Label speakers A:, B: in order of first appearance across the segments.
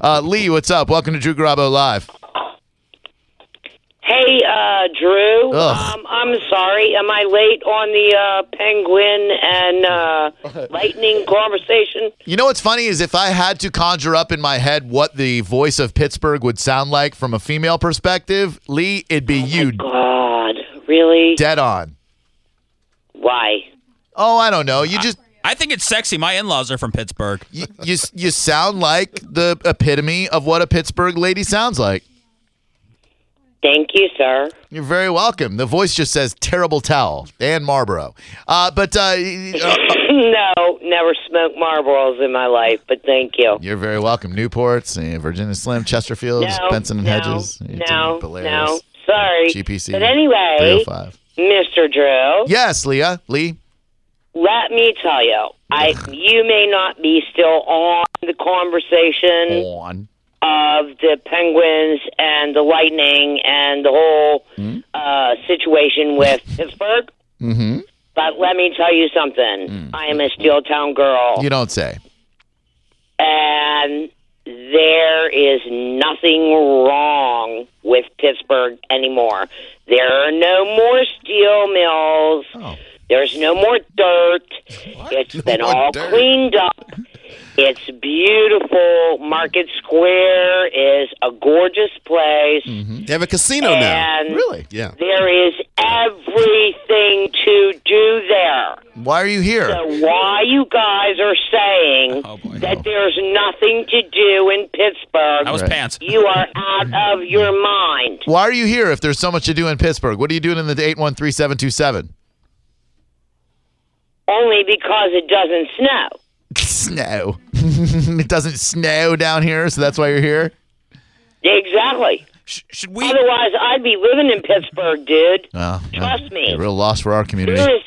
A: Uh, Lee, what's up? Welcome to Drew Garabo Live.
B: Hey, uh, Drew.
A: Ugh.
B: Um, I'm sorry. Am I late on the uh, penguin and uh, lightning conversation?
A: You know what's funny is if I had to conjure up in my head what the voice of Pittsburgh would sound like from a female perspective, Lee, it'd be you
B: Oh God, really?
A: dead on.
B: Why?
A: Oh, I don't know. You just
C: I think it's sexy. My in-laws are from Pittsburgh.
A: you, you you sound like the epitome of what a Pittsburgh lady sounds like.
B: Thank you, sir.
A: You're very welcome. The voice just says terrible towel and Marlboro. Uh, but uh, uh,
B: no, never smoked Marlboros in my life, but thank you.
A: you're very welcome. Newports, eh, Virginia Slim, Chesterfields,
B: No,
A: Benson and
B: no,
A: Hedges, eh,
B: No,
A: Belarus,
B: no. Sorry.
A: GPC.
B: But anyway,
A: 305.
B: Mr. Drew.
A: Yes, Leah. Lee.
B: Let me tell you, I you may not be still on the conversation
A: On.
B: of the Penguins and the Lightning and the whole
A: Hmm?
B: uh, situation with Pittsburgh. Mm-hmm. But let me tell you something. I am a steel town girl,
A: Hmm. You don't say.
B: and there is nothing wrong with Pittsburgh anymore. There are no more steel mills.
A: Oh.
B: There's no more dirt. It's been
A: more
B: all
A: dirt.
B: cleaned up. It's beautiful. Market Square is a gorgeous place.
C: Mm-hmm.
A: Mm-hmm.
D: They have a casino now.
B: And
A: Really?
D: Yeah.
B: there is everything to do there.
A: Why are you
B: So
A: here?
B: why you guys are saying
C: Oh, boy.
B: that there's nothing to do in Pittsburgh?
C: That was
A: Right.
C: pants.
B: you are out of your mind.
A: Why are you here if there's so much to do in Pittsburgh? What are you doing in the 813727?
B: Only because it doesn't snow.
A: Snow. it doesn't snow down here, so that's why you're here.
B: Exactly.
C: Sh- should we?
B: Otherwise, I'd be living in Pittsburgh,
C: Uh,
B: dude.
A: Well, yeah,
B: Trust me.
A: A real loss for our community.
B: There is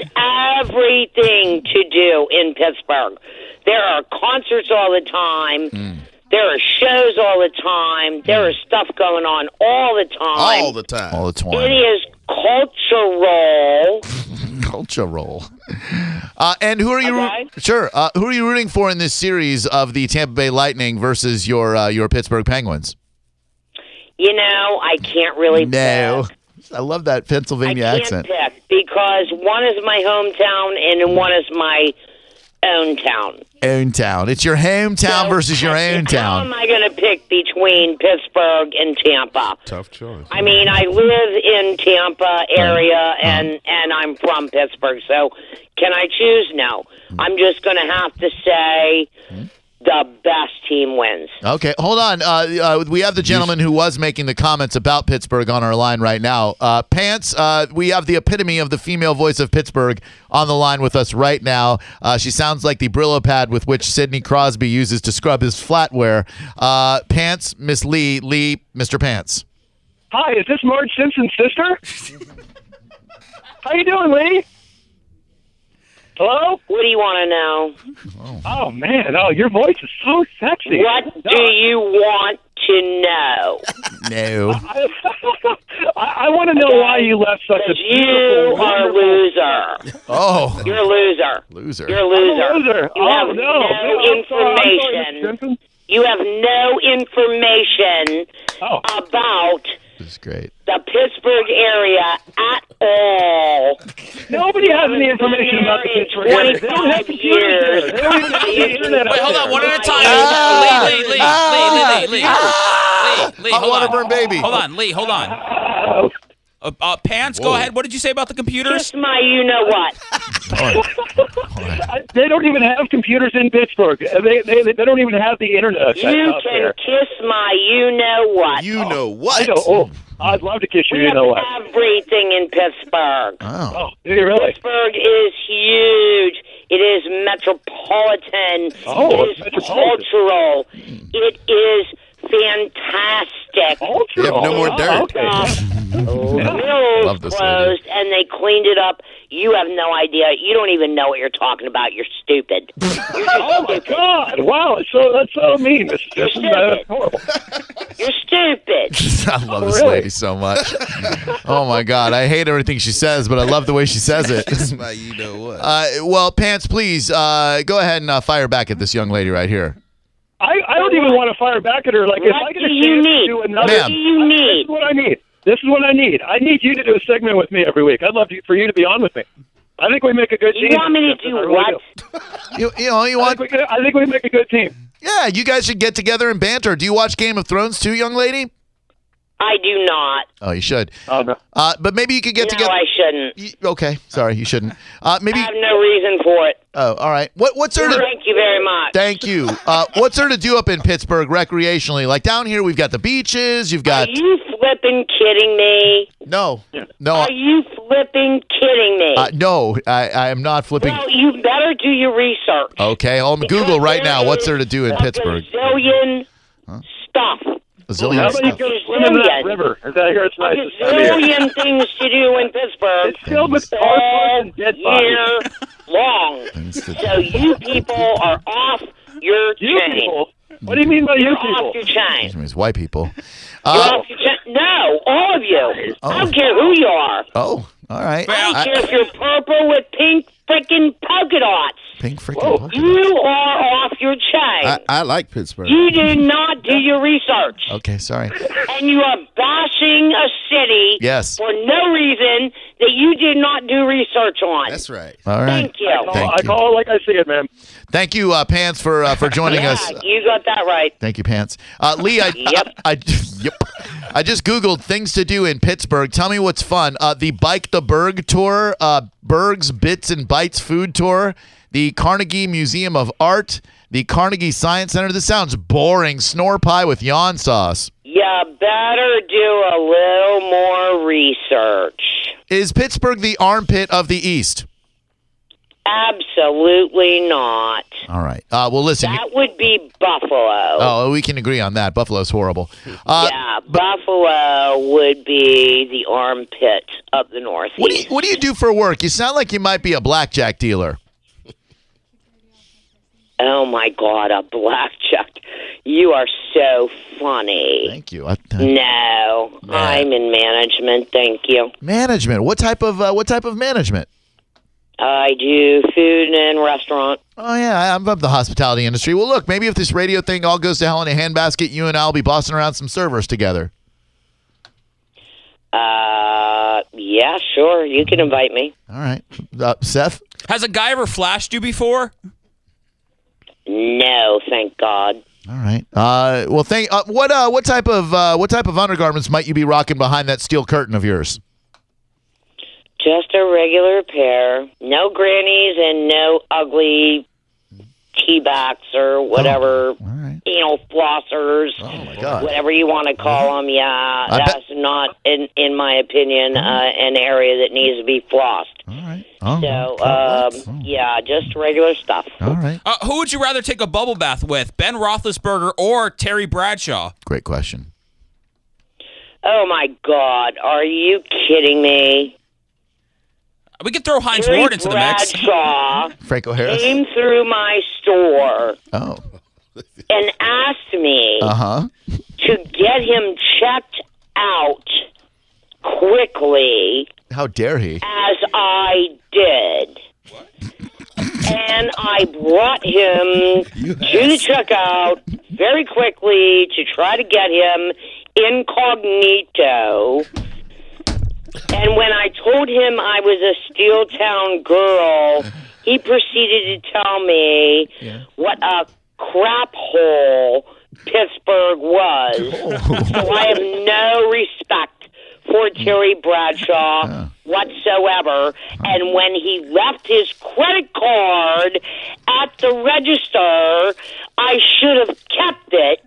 B: everything to do in Pittsburgh. There are concerts all the time.
A: Mm.
B: There are shows all the time. There is stuff going on all the time.
D: All the time.
A: All the time.
B: it is cultural.
A: cultural. Uh, and who are you?
B: Okay.
A: Sure. Uh, who are you rooting for in this series of the Tampa Bay Lightning versus your uh, your Pittsburgh Penguins?
B: You know, I can't really
A: No,
B: pick.
A: I love that
B: I
A: Pennsylvania
B: can't
A: accent.
B: pick because one is my hometown and then one is my own town.
A: Own town. It's your hometown versus your own
B: How am
A: town.
B: I going to pick between Pittsburgh and Tampa?
D: Tough choice.
B: I mean, I live in Tampa area and and I'm from Pittsburgh. So, can I choose? No. I'm just going to have to say the best team wins.
A: Okay, hold on. Uh, uh, we have the gentleman who was making the comments about Pittsburgh on our line right now. Uh, Pants, uh, we have the epitome of the female voice of Pittsburgh on the line with us right now. Uh, she sounds like the Brillo pad with which Sidney Crosby uses to scrub his flatware. Uh, Pants, Miss Lee, Lee, Mr. Pants.
E: Hi, is this Marge Simpson's sister? How you doing, Lee? Hello?
B: What do you want to know?
E: Oh man, oh your voice is so sexy.
B: What do you want to know?
A: No.
E: I, I want to know why you left such a
B: Because you
E: beautiful,
B: are a
E: wonderful-
B: loser.
A: Oh,
B: You're a loser.
A: loser.
B: You're a
E: I'm
B: loser.
E: a loser.
B: You
E: oh
B: have
E: no,
B: no,
E: Man, I'm sorry, I'm sorry, Mr.
B: information.
E: Simpson.
B: you have no information
E: Oh,
B: about
A: This is great.
B: the Pittsburgh area at all.
E: nobody has any information about the Pittsburgh area. They don't have
B: 25 years.
E: computers. They don't even have the internet.
C: Wait,
E: out
C: hold on.
E: there.
C: One at a time.
A: Ah!
C: Lee, Lee, Lee,
A: Ah!
C: Lee, Lee, Lee, Lee, Lee.
A: I
C: Hold
A: wanna
C: on,
A: burn baby.
C: Hold on, Lee. Hold on.
E: Oh.
C: Uh, uh, pants, go
D: Whoa.
C: ahead. What did you say about the computers?
B: Just my you know what.
A: All right. All right.
E: I- They don't even have computers in Pittsburgh. Uh, They they, they don't even have the internet.
B: You
E: out
B: can
E: there.
B: kiss my you know what.
D: You know what?
E: I know. Oh, I'd love to kiss you.
B: We
E: You
B: have
E: know what?
B: everything in Pittsburgh.
A: Oh.
E: Oh, do you really?
B: Pittsburgh is huge. It is metropolitan.
E: Oh,
B: it is
E: it's metropolitan. Hmm.
B: cultural. It is fantastic.
E: Ultra.
D: have no more dirt.
E: Oh, okay.
B: Mills
A: Love this
B: closed and they cleaned it up. You have no idea. You don't even know what you're talking about. You're stupid.
E: oh my God! Wow, it's so that's so mean. This, this is uh, horrible.
B: You're stupid.
A: I love this
E: really?
A: lady so much. oh my god, I hate everything she says, but I love the way she says it.
D: That's my you know what.
A: Uh, well, pants, please uh, go ahead and uh, fire back at this young lady right here.
E: I, I don't even want to fire back at her. Like, if
B: What
E: I get
B: do
E: a chance
B: you
E: to
B: need?
E: do
B: What
E: another,
A: Ma'am.
B: do you
E: this
B: need?
E: is what I need. This is what I need. I need you to do a segment with me every week. I'd love to, for you to be on with me. I think we make a good
B: You
E: team.
B: want me to
E: Justin.
B: do
E: I really
B: what?
A: You, you know, you
E: I
A: want?
E: think, we could, I think we make a good team.
A: Yeah, you guys should get together and banter. Do you watch Game of Thrones too, young lady?
B: I do not.
A: Oh, you should.
E: Oh,
D: Um,
E: no.
A: Uh, but maybe you could get
B: no,
A: together.
B: I shouldn't.
A: Y- Okay, sorry, you shouldn't. Uh, maybe.
B: I have no reason for it.
A: Oh, all right. What what's there to?
B: Thank you very much.
A: Thank you. Uh, what's there to do up in Pittsburgh recreationally? Like down here, we've got the beaches. You've
B: Are
A: got
B: you flipping kidding me?
A: no,
E: Uh,
A: no,
B: Are you flipping kidding me?
A: uh, no. I, I am not flipping.
B: well, you better do your research.
E: Uh,
A: Okay, I'll Google right now. What's there to do in
B: A
A: Pittsburgh?
B: Gazillion stuff.
A: A
E: How
A: zillion
E: about you
A: stuff.
E: go swim in that
B: Gazillion.
E: river? As I hear it's
B: A
E: nice. this time of year.
B: gazillion things to do in Pittsburgh.
E: It's filled
B: Oh,
E: with car parts
B: all
E: and dead bodies.
B: year long. So you people are off your
E: You
B: chain.
E: people. What do you mean by you
B: You're off
E: people?
B: your chain.
A: It's white people.
B: You're
A: Uh,
B: off your chain. No, all of you. I don't care who you are.
A: oh, all right.
B: I don't
A: I-
B: care if you're purple with pink freaking polka dots.
A: pink freaking. polka.
B: You are off your chain.
D: I, I like Pittsburgh.
B: you do not do your research.
A: Okay, sorry.
B: And you are bashing a city
A: Yes.
B: for no reason that you did not do research on.
D: That's right.
A: All right.
B: Thank you.
A: Thank
E: I
A: you.
E: call it like I see it, man.
A: Thank you, uh, Pants, for uh, for joining
B: yeah,
A: us.
B: you got that right.
A: Thank you, Pants. Uh, Lee, I,
B: Yep.
A: I, I, yep. I just Googled things to do in Pittsburgh. Tell me what's fun. Uh, the Bike the Berg tour, uh, Berg's Bits and Bites food tour, the Carnegie Museum of Art, the Carnegie Science Center. This sounds boring. Snore pie with yawn sauce.
B: You better do a little more research.
A: Is Pittsburgh the armpit of the East?
B: Absolutely not.
A: All right. Uh, well, listen. you-
B: That would be Buffalo.
A: oh, we can agree on that. Buffalo's horrible. Uh,
B: yeah, Buffalo would be the armpit of the Northeast.
A: What do you, what do you do for work? You sound like you might be a blackjack dealer.
B: oh my God, a blackjack! You are so funny.
A: Thank you. I, I-
B: No, I'm in management. Thank you.
A: management. What type of uh, what type of management?
B: I do food and restaurant.
A: Oh yeah, I- I'm of the hospitality industry. Well, look, maybe if this radio thing all goes to hell in a handbasket, you and I'll be bossing around some servers together.
B: Uh, yeah, sure. You can invite me.
A: All right, uh, Seth.
C: Has a guy ever flashed you before?
B: No, thank God.
A: All right. Uh, well, thank. Uh, what uh, what type of uh, what type of undergarments might you be rocking behind that steel curtain of yours?
B: Just a regular pair. No grannies and no ugly tea backs or whatever.
A: All right.
B: anal flossers,
A: Oh, my God.
B: whatever you want to call them. Yeah, that's not, in in my opinion, uh, an area that needs to be flossed.
A: All right. Mm-hmm. Oh,
B: So,
A: okay. uh,
B: um,
A: Oh.
B: yeah, just regular stuff.
A: all right.
C: Uh, who would you rather take a bubble bath with, Ben Roethlisberger or Terry Bradshaw?
A: Great question.
B: Oh my God, are you kidding me?
C: We could throw Heinz
B: Terry
C: Ward into the mix.
B: Bradshaw
A: Franco Harris.
B: came through my store
A: Oh.
B: and asked me
A: Uh huh.
B: to get him checked out quickly.
A: How dare he?
B: as I did. And I brought him to the checkout very quickly to try to get him incognito. And when I told him I was a Steel Town girl, he proceeded to tell me what a crap hole Pittsburgh was. So I have no respect for Terry Bradshaw whatsoever. And when he left his credit card at the register, I should have kept it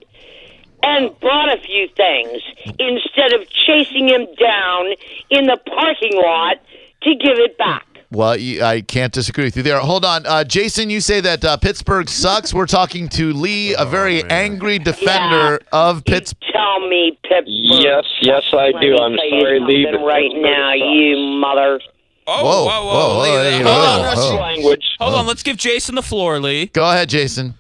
B: and bought a few things instead of chasing him down in the parking lot to give it back.
A: Well, you, I can't disagree with you there. Hold on, uh, Jason. You say that uh, Pittsburgh sucks. We're talking to Lee, a very angry defender of
B: You
A: Pittsburgh.
B: tell me, Pip.
F: Yes, yes, I
B: Let
F: do.
B: me
F: I'm
B: tell
F: sorry,
B: you
F: Lee.
B: something
F: but
B: right
F: Pittsburgh
B: now,
F: sucks.
B: you mother.
C: Oh,
A: Whoa,
C: whoa, whoa.
A: whoa,
C: Lee,
A: hey,
C: hold,
A: whoa,
C: on, let's-
A: whoa.
F: Language.
C: hold on, let's give Jason the floor, Lee.
A: Go ahead, Jason.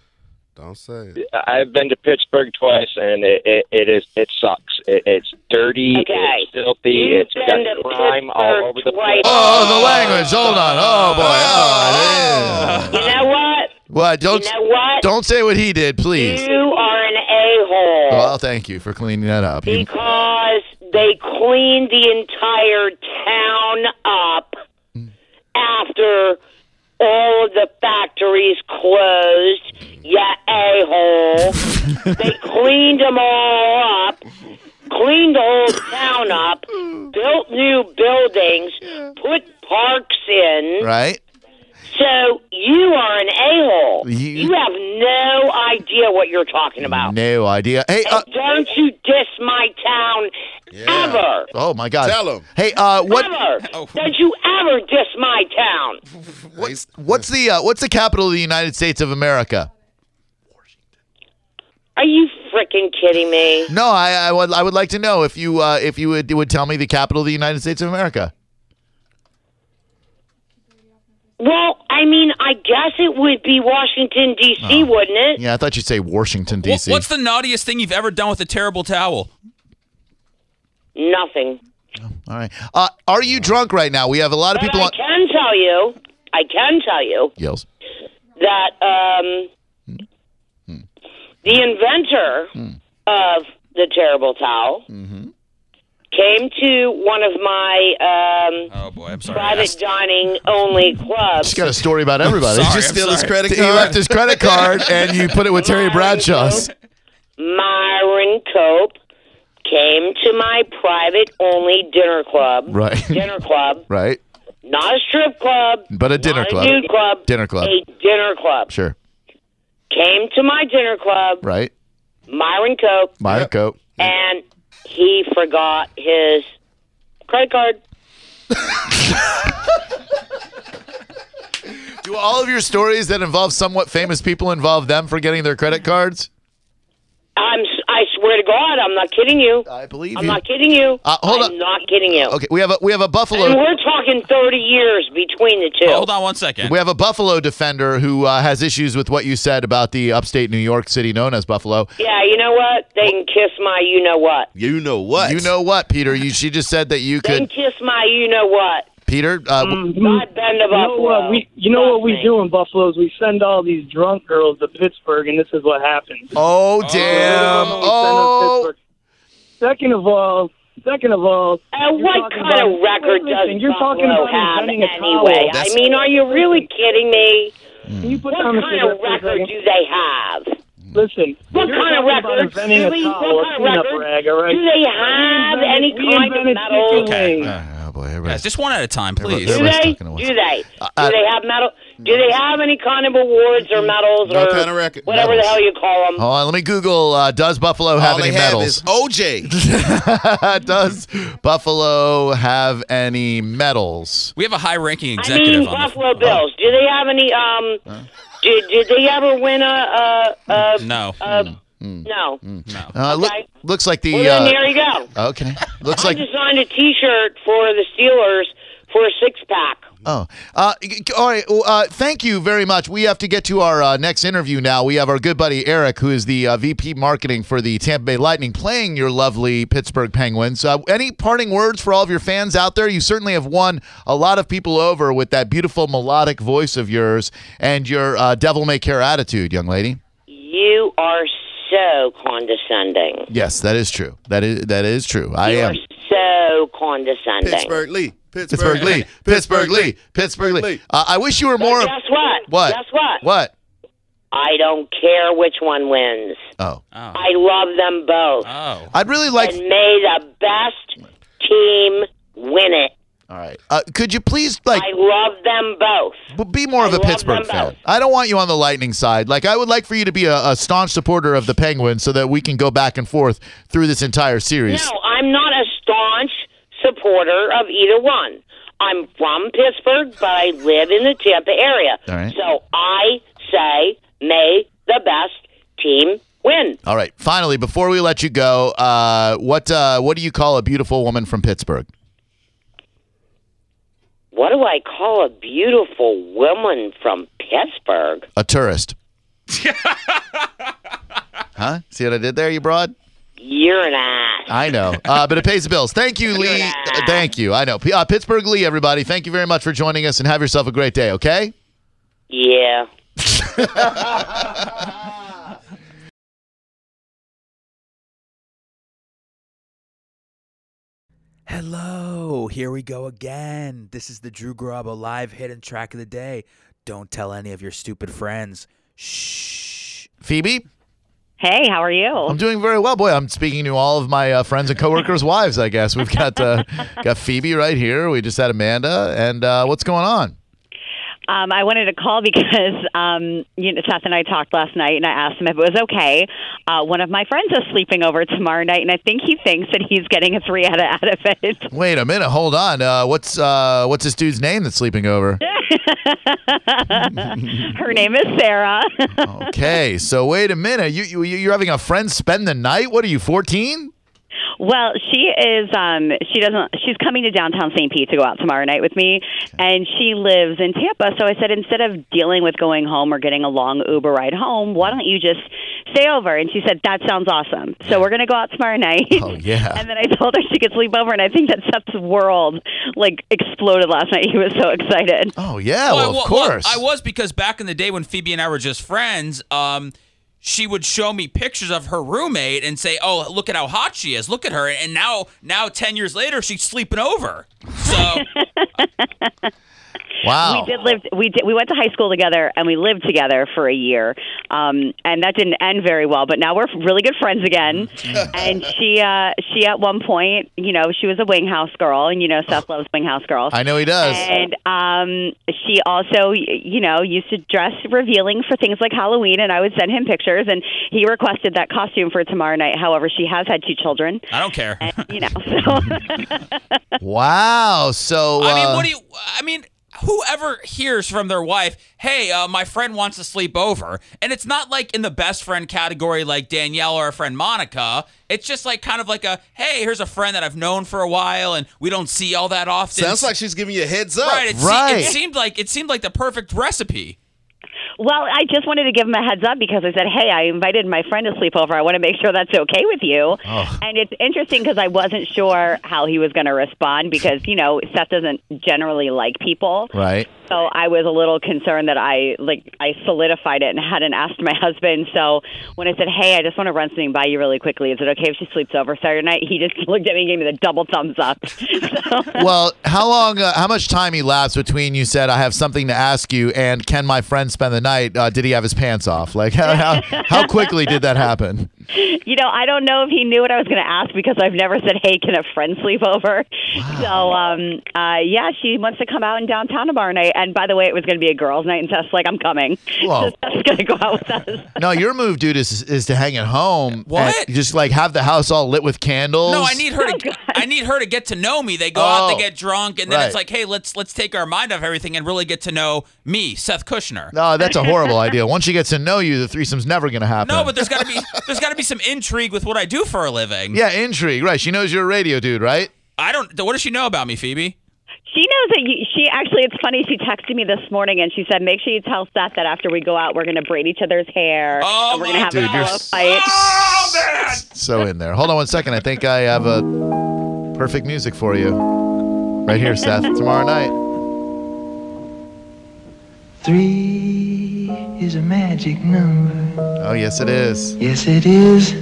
D: Don't say it.
F: I've been to Pittsburgh twice, and it it, it is it sucks. It, it's dirty.
B: Okay.
F: It's filthy.
B: You've
F: it's got
B: been to
F: crime all over the
B: Pittsburgh
F: place.
B: twice.
A: Oh, the language. Hold on. Oh boy. Oh,
B: You know what?
A: Well, don't
B: You know what?
A: don't say what he did, please.
B: You are an a hole.
A: Well, thank you for cleaning that up. You-
B: because they cleaned the entire town up
A: Mm.
B: after all of the factories closed. Yeah, a hole. they cleaned them all up, cleaned the whole town up, built new buildings, put parks in.
A: right?
B: So you are an a hole.
A: You-
B: You have no idea what you're talking about.
A: No idea. Hey, uh,
B: Don't you diss my town ever.
A: oh my God.
D: Tell him.
A: Hey, uh, what
B: Ever. Don't you ever diss my town.
D: What's,
A: what's the uh, what's the capital of the United States of America?
B: Are you freaking kidding me?
A: No, I, I would I would like to know if you uh, if you would would tell me the capital of the United States of America.
B: Well, I mean, I guess it would be Washington, D.C.,
A: Oh.
B: wouldn't it?
A: Yeah, I thought you'd say Washington
C: Wha-
A: D.C.
C: What's the naughtiest thing you've ever done with a terrible towel?
B: Nothing.
A: All right. Uh, are you drunk right now? We have a lot of
B: But
A: people
B: I
A: on
B: can tell you, I can tell you
A: yells.
B: that um,
A: Hmm.
B: the inventor of the terrible towel
A: Mm-hmm.
B: came to one of my um,
C: Oh boy, I'm sorry. I
B: private
C: asked-
B: dining only clubs.
A: She's got a story about everybody.
C: sorry,
D: just
C: I'm
D: steal his
C: sorry.
D: credit
A: He
D: card.
A: left his credit card, and you put it with Terry Bradshaw's.
B: Myron Cope came to my private only dinner club.
A: Right.
B: Dinner club.
A: Right.
B: Not a strip club.
A: But a dinner
B: not
A: club.
B: A nude club.
A: Dinner club.
B: A dinner club.
A: Sure.
B: Came to my dinner club,
A: Right.
B: Myron Cope,
A: Myra Cope.
B: and he forgot his credit card.
A: Do all of your stories that involve somewhat famous people involve them forgetting their credit cards?
B: I'm, s- I swear to God, I'm not kidding you.
A: I believe
B: I'm
A: you.
B: not kidding you.
A: Uh, hold
B: I'm
A: on.
B: not kidding you.
A: Okay, we have a we have a
B: And
A: Buffalo
B: we're talking 30 years between the two.
C: Hold on one second.
A: we have a Buffalo defender who uh, has issues with what you said about the upstate New York city known as Buffalo.
B: Yeah, you know what? They can kiss my you know what.
D: You know what?
A: You know what, Peter? You she just said that you
B: They can
A: could
B: kiss my you know what.
A: Peter. Uh, w-
B: God bend
G: Mm.
B: the
G: You know
B: buffalo.
G: what we you know what we
B: Trust me.
G: do in Buffalo is we send all these drunk girls to Pittsburgh and this is what happens.
A: oh damn!
G: We
A: Oh,
G: send them to Pittsburgh. Second of all, second of all,
B: And
G: you're
B: what
G: talking
B: kind
G: about-
B: of record
G: Listen,
B: does
G: you're talking
B: Buffalo
G: about
B: have
G: inventing a towel.
B: anyway? I
D: That's-
B: mean, are you really kidding me?
A: Hmm.
G: Can you put
B: What
G: Thomas in
B: kind of
G: there for a
B: record
G: second?
B: do they have?
G: Listen,
B: What
G: you're
B: kind
G: talking
B: of
G: about
B: record?
G: inventing
B: Really?
G: a towel or
B: What kind of
G: peanut
B: record?
G: rag, all right?
B: Do they have
G: We
B: any
G: invented- we
B: kind of
G: invented
B: metal?
G: chicken wings.
A: oh boy,
C: Guys,
A: everybody.
C: just one at a time, please.
B: Do
A: Everybody's
B: they?
A: talking at once.
B: Do they?
A: I-
B: Do they have medal? Do they have any kind of awards or medals
D: No
B: or
D: kind of record.
B: whatever the
D: Medals.
B: hell you call them?
A: Hold on, let me Google. Uh, does Buffalo have
D: All they
A: any
D: have
A: medals?
D: is OJ.
A: does Buffalo have any medals?
C: We have a high-ranking
B: I
C: executive
B: mean,
C: on the-
B: Buffalo Bills. Do they have any? Um, did, did they ever win a? a, a
C: No.
B: a- no.
A: Uh, Mm. look,
B: Okay.
A: looks like
B: Well,
A: the
B: then
A: uh,
B: there you go.
A: okay. Looks
B: I
A: like
B: designed a T-shirt for the Steelers for a six pack.
A: oh, uh, g- g- all right. well, Uh, thank you very much. We have to get to our uh, next interview now. We have our good buddy Eric, who is the uh, VP marketing for the Tampa Bay Lightning, playing your lovely Pittsburgh Penguins. Uh, any parting words for all of your fans out there? You certainly have won a lot of people over with that beautiful melodic voice of yours and your uh, devil may care attitude, young lady.
B: You are so condescending.
A: Yes, that is true. That is that is true. I
B: you
A: am.
B: are so condescending.
D: Pittsburgh Lee.
A: Pittsburgh Lee, Pittsburgh Lee, Pittsburgh Lee.
D: Lee.
A: Uh, I wish you were more.
B: But guess what?
A: What?
B: Guess what?
A: What?
B: I don't care which one wins.
A: Oh,
C: Oh.
B: I love them both.
C: Oh.
A: I'd really like.
B: and may the best team win it.
A: All right. Uh, could you please like
B: I love them both.
A: b- be more of
B: I
A: a
B: love
A: Pittsburgh
B: them
A: fan?
B: both.
A: I don't want you on the Lightning side. Like I would like for you to be a, a staunch supporter of the Penguins, so that we can go back and forth through this entire series.
B: No, I'm not a staunch supporter of either one. I'm from Pittsburgh, but I live in the Tampa area.
A: All right.
B: So I say, may the best team win.
A: All right. Finally, before we let you go, uh, what uh, what do you call a beautiful woman from Pittsburgh?
B: What do I call a beautiful woman from Pittsburgh?
A: A tourist. huh? See what I did there, you broad?
B: You're an ass.
A: I know, uh, but it pays the bills. Thank you, Lee.
B: Yeah.
A: Uh, Thank you. I know. P- uh, Pittsburgh Lee, everybody. Thank you very much for joining us, and have yourself a great day. Okay.
B: Yeah.
H: Hello, here we go again. This is the Drew Garabo live hidden track of the day. Don't tell any of your stupid friends. Shh.
A: Phoebe,
I: Hey, how are you?
A: I'm doing very well, boy. I'm speaking to all of my uh, friends and coworkers' wives. I guess we've got uh, got Phoebe right here. We just had Amanda, and uh, what's going on?
I: Um, I wanted to call because um, you know, Seth and I talked last night, and I asked him if it was okay. Uh, one of my friends is sleeping over tomorrow night, and I think he thinks that he's getting a three out of, out of it.
A: Wait a minute, hold on. Uh, what's uh, what's this dude's name that's sleeping over?
I: Her name is Sarah.
A: Okay, so wait a minute. You you you're having a friend spend the night? What are you, 14?
I: well, she is. Um, she doesn't. She's coming to downtown St. Pete to go out tomorrow night with me, and she lives in Tampa. So I said, instead of dealing with going home or getting a long Uber ride home, why don't you just stay over? And she said, that sounds awesome. So we're gonna go out tomorrow night.
A: Oh yeah.
I: And then I told her she could sleep over, and I think that Seth's world like exploded last night. He was so excited.
A: Oh yeah. Well,
C: I,
A: of
C: well,
A: course.
C: I was because back in the day when Phoebe and I were just friends, um, she would show me pictures of her roommate and say, "Oh, look at how hot she is. Look at her." And now, now ten years later, she's sleeping over. So
A: Wow.
I: We did live. We did. We went to high school together, and we lived together for a year. Um, and that didn't end very well. But now we're really good friends again. and she, uh, she at one point, you know, she was a wing house girl, and you know, Seth loves wing house girls.
A: I know he does.
I: And um, she also, y- you know, used to dress revealing for things like Halloween, and I would send him pictures, and he requested that costume for tomorrow night. However, she has had two children,
C: I don't care.
I: you know. So
A: Wow. So
C: I mean,
A: uh,
C: what do you? I mean, whoever hears from their wife, "Hey, uh, my friend wants to sleep over," and it's not like in the best friend category, like Danielle or our friend Monica. It's just like kind of like a, "Hey, here's a friend that I've known for a while, and we don't see all that often."
D: Sounds like she's giving you a heads up.
C: right. It, se-
A: Right.
C: it seemed like it seemed like the perfect recipe.
I: Well, I just wanted to give him a heads up because I said, "Hey, I invited my friend to sleep over. I want to make sure that's okay with you." And it's interesting because I wasn't sure how he was going to respond because you know Seth doesn't generally like people,
A: Right.
I: so I was a little concerned that I like I solidified it and hadn't asked my husband. So when I said, "Hey, I just want to run something by you really quickly. Is it okay if she sleeps over Saturday night?" He just looked at me and gave me the double thumbs up. So-
A: Well, how long? Uh, how much time elapsed between you said I have something to ask you and can my friend spend the night? Uh, did he have his pants off? Like how how, how quickly did that happen?
I: You know, I don't know if he knew what I was going to ask because I've never said, "Hey, can a friend sleep over?" So, um, uh, yeah, she wants to come out in downtown tomorrow night. And by the way, it was going to be a girls' night, and Seth's like, "I'm coming."
A: Whoa.
I: So Seth's going to go out with us.
A: No, your move, dude, is is to hang at home.
C: What?
A: and Just like have the house all lit with candles.
C: No, I need her to. I need her to get to know me. They go out,
A: Oh,
C: they get drunk, and then
A: right.
C: it's like, hey, let's let's take our mind off everything and really get to know me, Seth Kushner. No,
A: No, that's a horrible idea. Once she gets to know you, the threesome's never gonna happen.
C: but there's gotta be there's gotta be some intrigue with what I do for a living.
A: yeah, intrigue. Right? She knows you're a radio dude, right?
C: I don't. What does she know about me, Phoebe?
I: She knows that you, she actually. It's funny. She texted me this morning and she said, "Make sure you tell Seth that after we go out, we're going to braid each other's hair
C: Oh,
I: and we're going to
C: my
I: have
A: Dude,
I: a
A: you're
I: pillow
A: s-
I: fight."
A: So in there. Hold on one second. I think I have a perfect music for you. Right here, Seth. Tomorrow night.
J: Three is a magic number.
A: Oh yes, it is.
J: Yes, it is.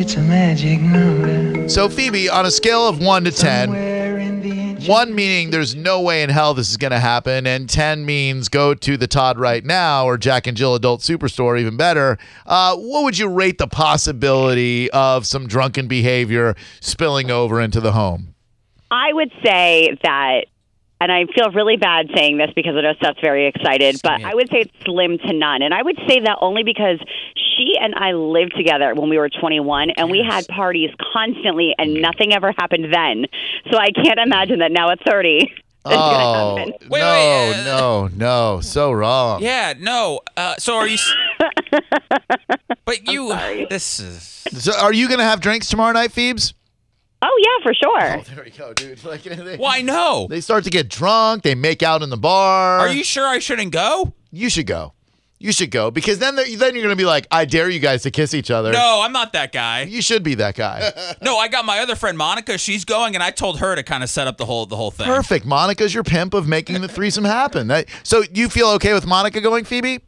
J: It's a magic number.
A: So Phoebe, on a scale of one to ten,
J: Where in the ancient
A: one meaning there's no way in hell this is gonna happen, and ten means go to the Todd right now or Jack and Jill Adult Superstore, even better. Uh, what would you rate the possibility of some drunken behavior spilling over into the home?
I: I would say that, and I feel really bad saying this because I know Seth's very excited, but I would say it's slim to none. And I would say that only because she and I lived together when we were 21 and we had parties constantly and nothing ever happened then. So I can't imagine that now at 30. it's gonna
A: Oh
I: happen.
A: no,
C: Wait, wait, uh,
A: no, no! So wrong.
C: Yeah, no. Uh, so are you? s- but you. This is.
A: So are you gonna have drinks tomorrow night, Phoebes?
I: Oh, yeah, for sure.
A: There we go, dude. Like, they,
C: Why no?
A: They start to get drunk. They make out in the bar.
C: Are you sure I shouldn't go?
A: You should go. You should go because then they're- then you're gonna be like, I dare you guys to kiss each other.
C: No, I'm not that guy.
A: you should be that guy.
C: No, I got my other friend Monica. She's going, and I told her to kind of set up the whole the whole thing.
A: Perfect. Monica's your pimp of making the threesome happen. That- so you feel okay with Monica going, Phoebe?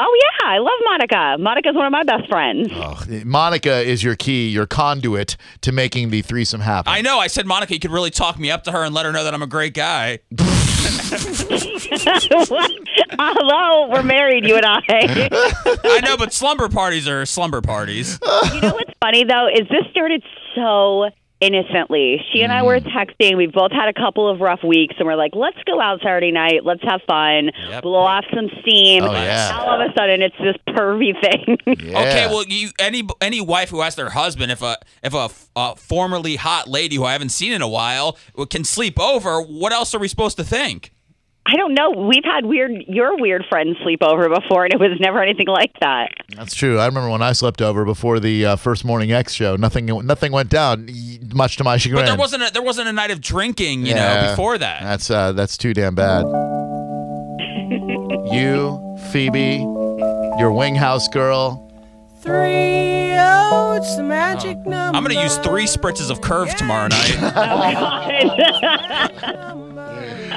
I: Oh yeah, I love Monica. Monica's one of my best friends.
A: Oh, Monica is your key, your conduit to making the threesome happen.
C: I know. I said Monica, you could really talk me up to her and let her know that I'm a great guy.
I: What? Hello, we're married, you and I.
C: I know, but slumber parties are slumber parties.
I: You know what's funny though is this started so innocently. She and I were
A: Mm.
I: texting. We've both had a couple of rough weeks, and we're like, "Let's go out Saturday night. Let's have fun,
C: Yep.
I: blow off some steam."
A: Oh, yeah.
I: And All of a sudden, it's this pervy thing.
A: Yeah.
C: Okay, well, you any any wife who asks their husband if a if a, a formerly hot lady who I haven't seen in a while can sleep over, what else are we supposed to think?
I: I don't know. We've had weird, your weird friend sleepover before, and it was never anything like that.
A: That's true. I remember when I slept over before the uh, first morning X show. Nothing, nothing went down, y- much to my chagrin.
C: But there wasn't a, there wasn't a night of drinking, you know,
A: Yeah.
C: before that.
A: That's uh, that's too damn bad. you, Phoebe, your wing house girl.
K: Three oh, it's the magic
A: Um,
K: number.
C: I'm gonna use three spritzes of Curve tomorrow night.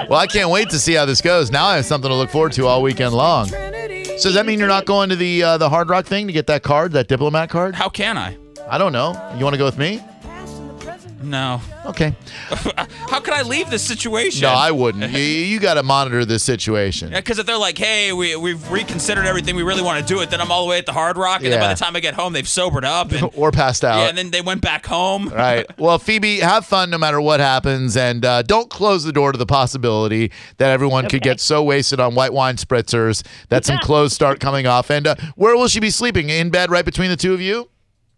A: Well, I can't wait to see how this goes. Now I have something to look forward to all weekend long. So does that mean you're not going to the uh, the Hard Rock thing to get that card, that diplomat card?
C: How can I?
A: I don't know. You want to go with me?
C: No.
A: Okay.
C: How could I leave this situation?
A: No, I wouldn't. You, you got to monitor this situation.
C: Because if they're like, "Hey, we we've reconsidered everything. We really want to do it," then I'm all the way at the Hard Rock, and then by
A: Yeah.
C: the time I get home, they've sobered up, and
A: Or passed out.
C: yeah, and then they went back home.
A: Right. Well, Phoebe, have fun no matter what happens, and uh, don't close the door to the possibility that everyone could get so wasted on white wine spritzers that some clothes start coming off. And uh, where will she be sleeping? In bed, right between the two of you?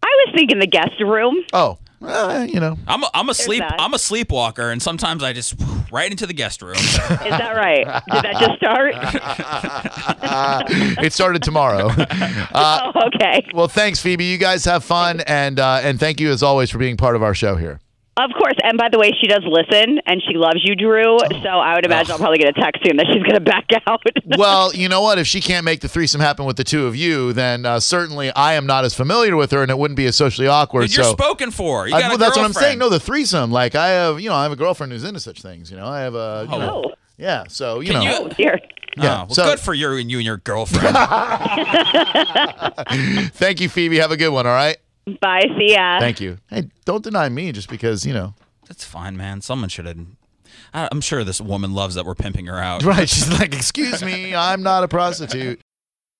I: I was thinking the guest room.
A: Oh, uh, you know.
C: I'm a, I'm a sleep
I: that.
C: I'm a sleepwalker, and sometimes I just right into the guest room.
I: Is that right? Did that just start?
A: it started tomorrow. uh,
I: oh, okay.
A: well, thanks, Phoebe. You guys have fun, and uh, and thank you as always for being part of our show here.
I: Of course. And by the way, she does listen, and she loves you, Drew. So I would imagine I'll probably get a text soon that she's going to back out.
A: Oh. Well, you know what? If she can't make the threesome happen with the two of you, then uh, certainly I am not as familiar with her, and it wouldn't be as socially awkward.
C: Dude, you're
A: so.
C: spoken for. You
A: I-
C: got
A: Uh, well,
C: a
A: that's what I'm saying.
C: girlfriend.
A: No, the threesome. Like I have, you know, I have a girlfriend who's into such things. You know, I have a. You know,
I: oh,
A: yeah. So you
C: Can
A: know.
I: oh dear.
C: Oh,
A: yeah.
C: well,
A: so
C: good for you and you and your girlfriend.
A: thank you, Phoebe. Have a good one. All right.
I: Bye. See ya.
A: Thank you. Hey, don't deny me just because you know.
C: that's fine, man. Someone should have. I- I'm sure this woman loves that we're pimping her out.
A: Right. She's like, excuse me, I'm not a prostitute.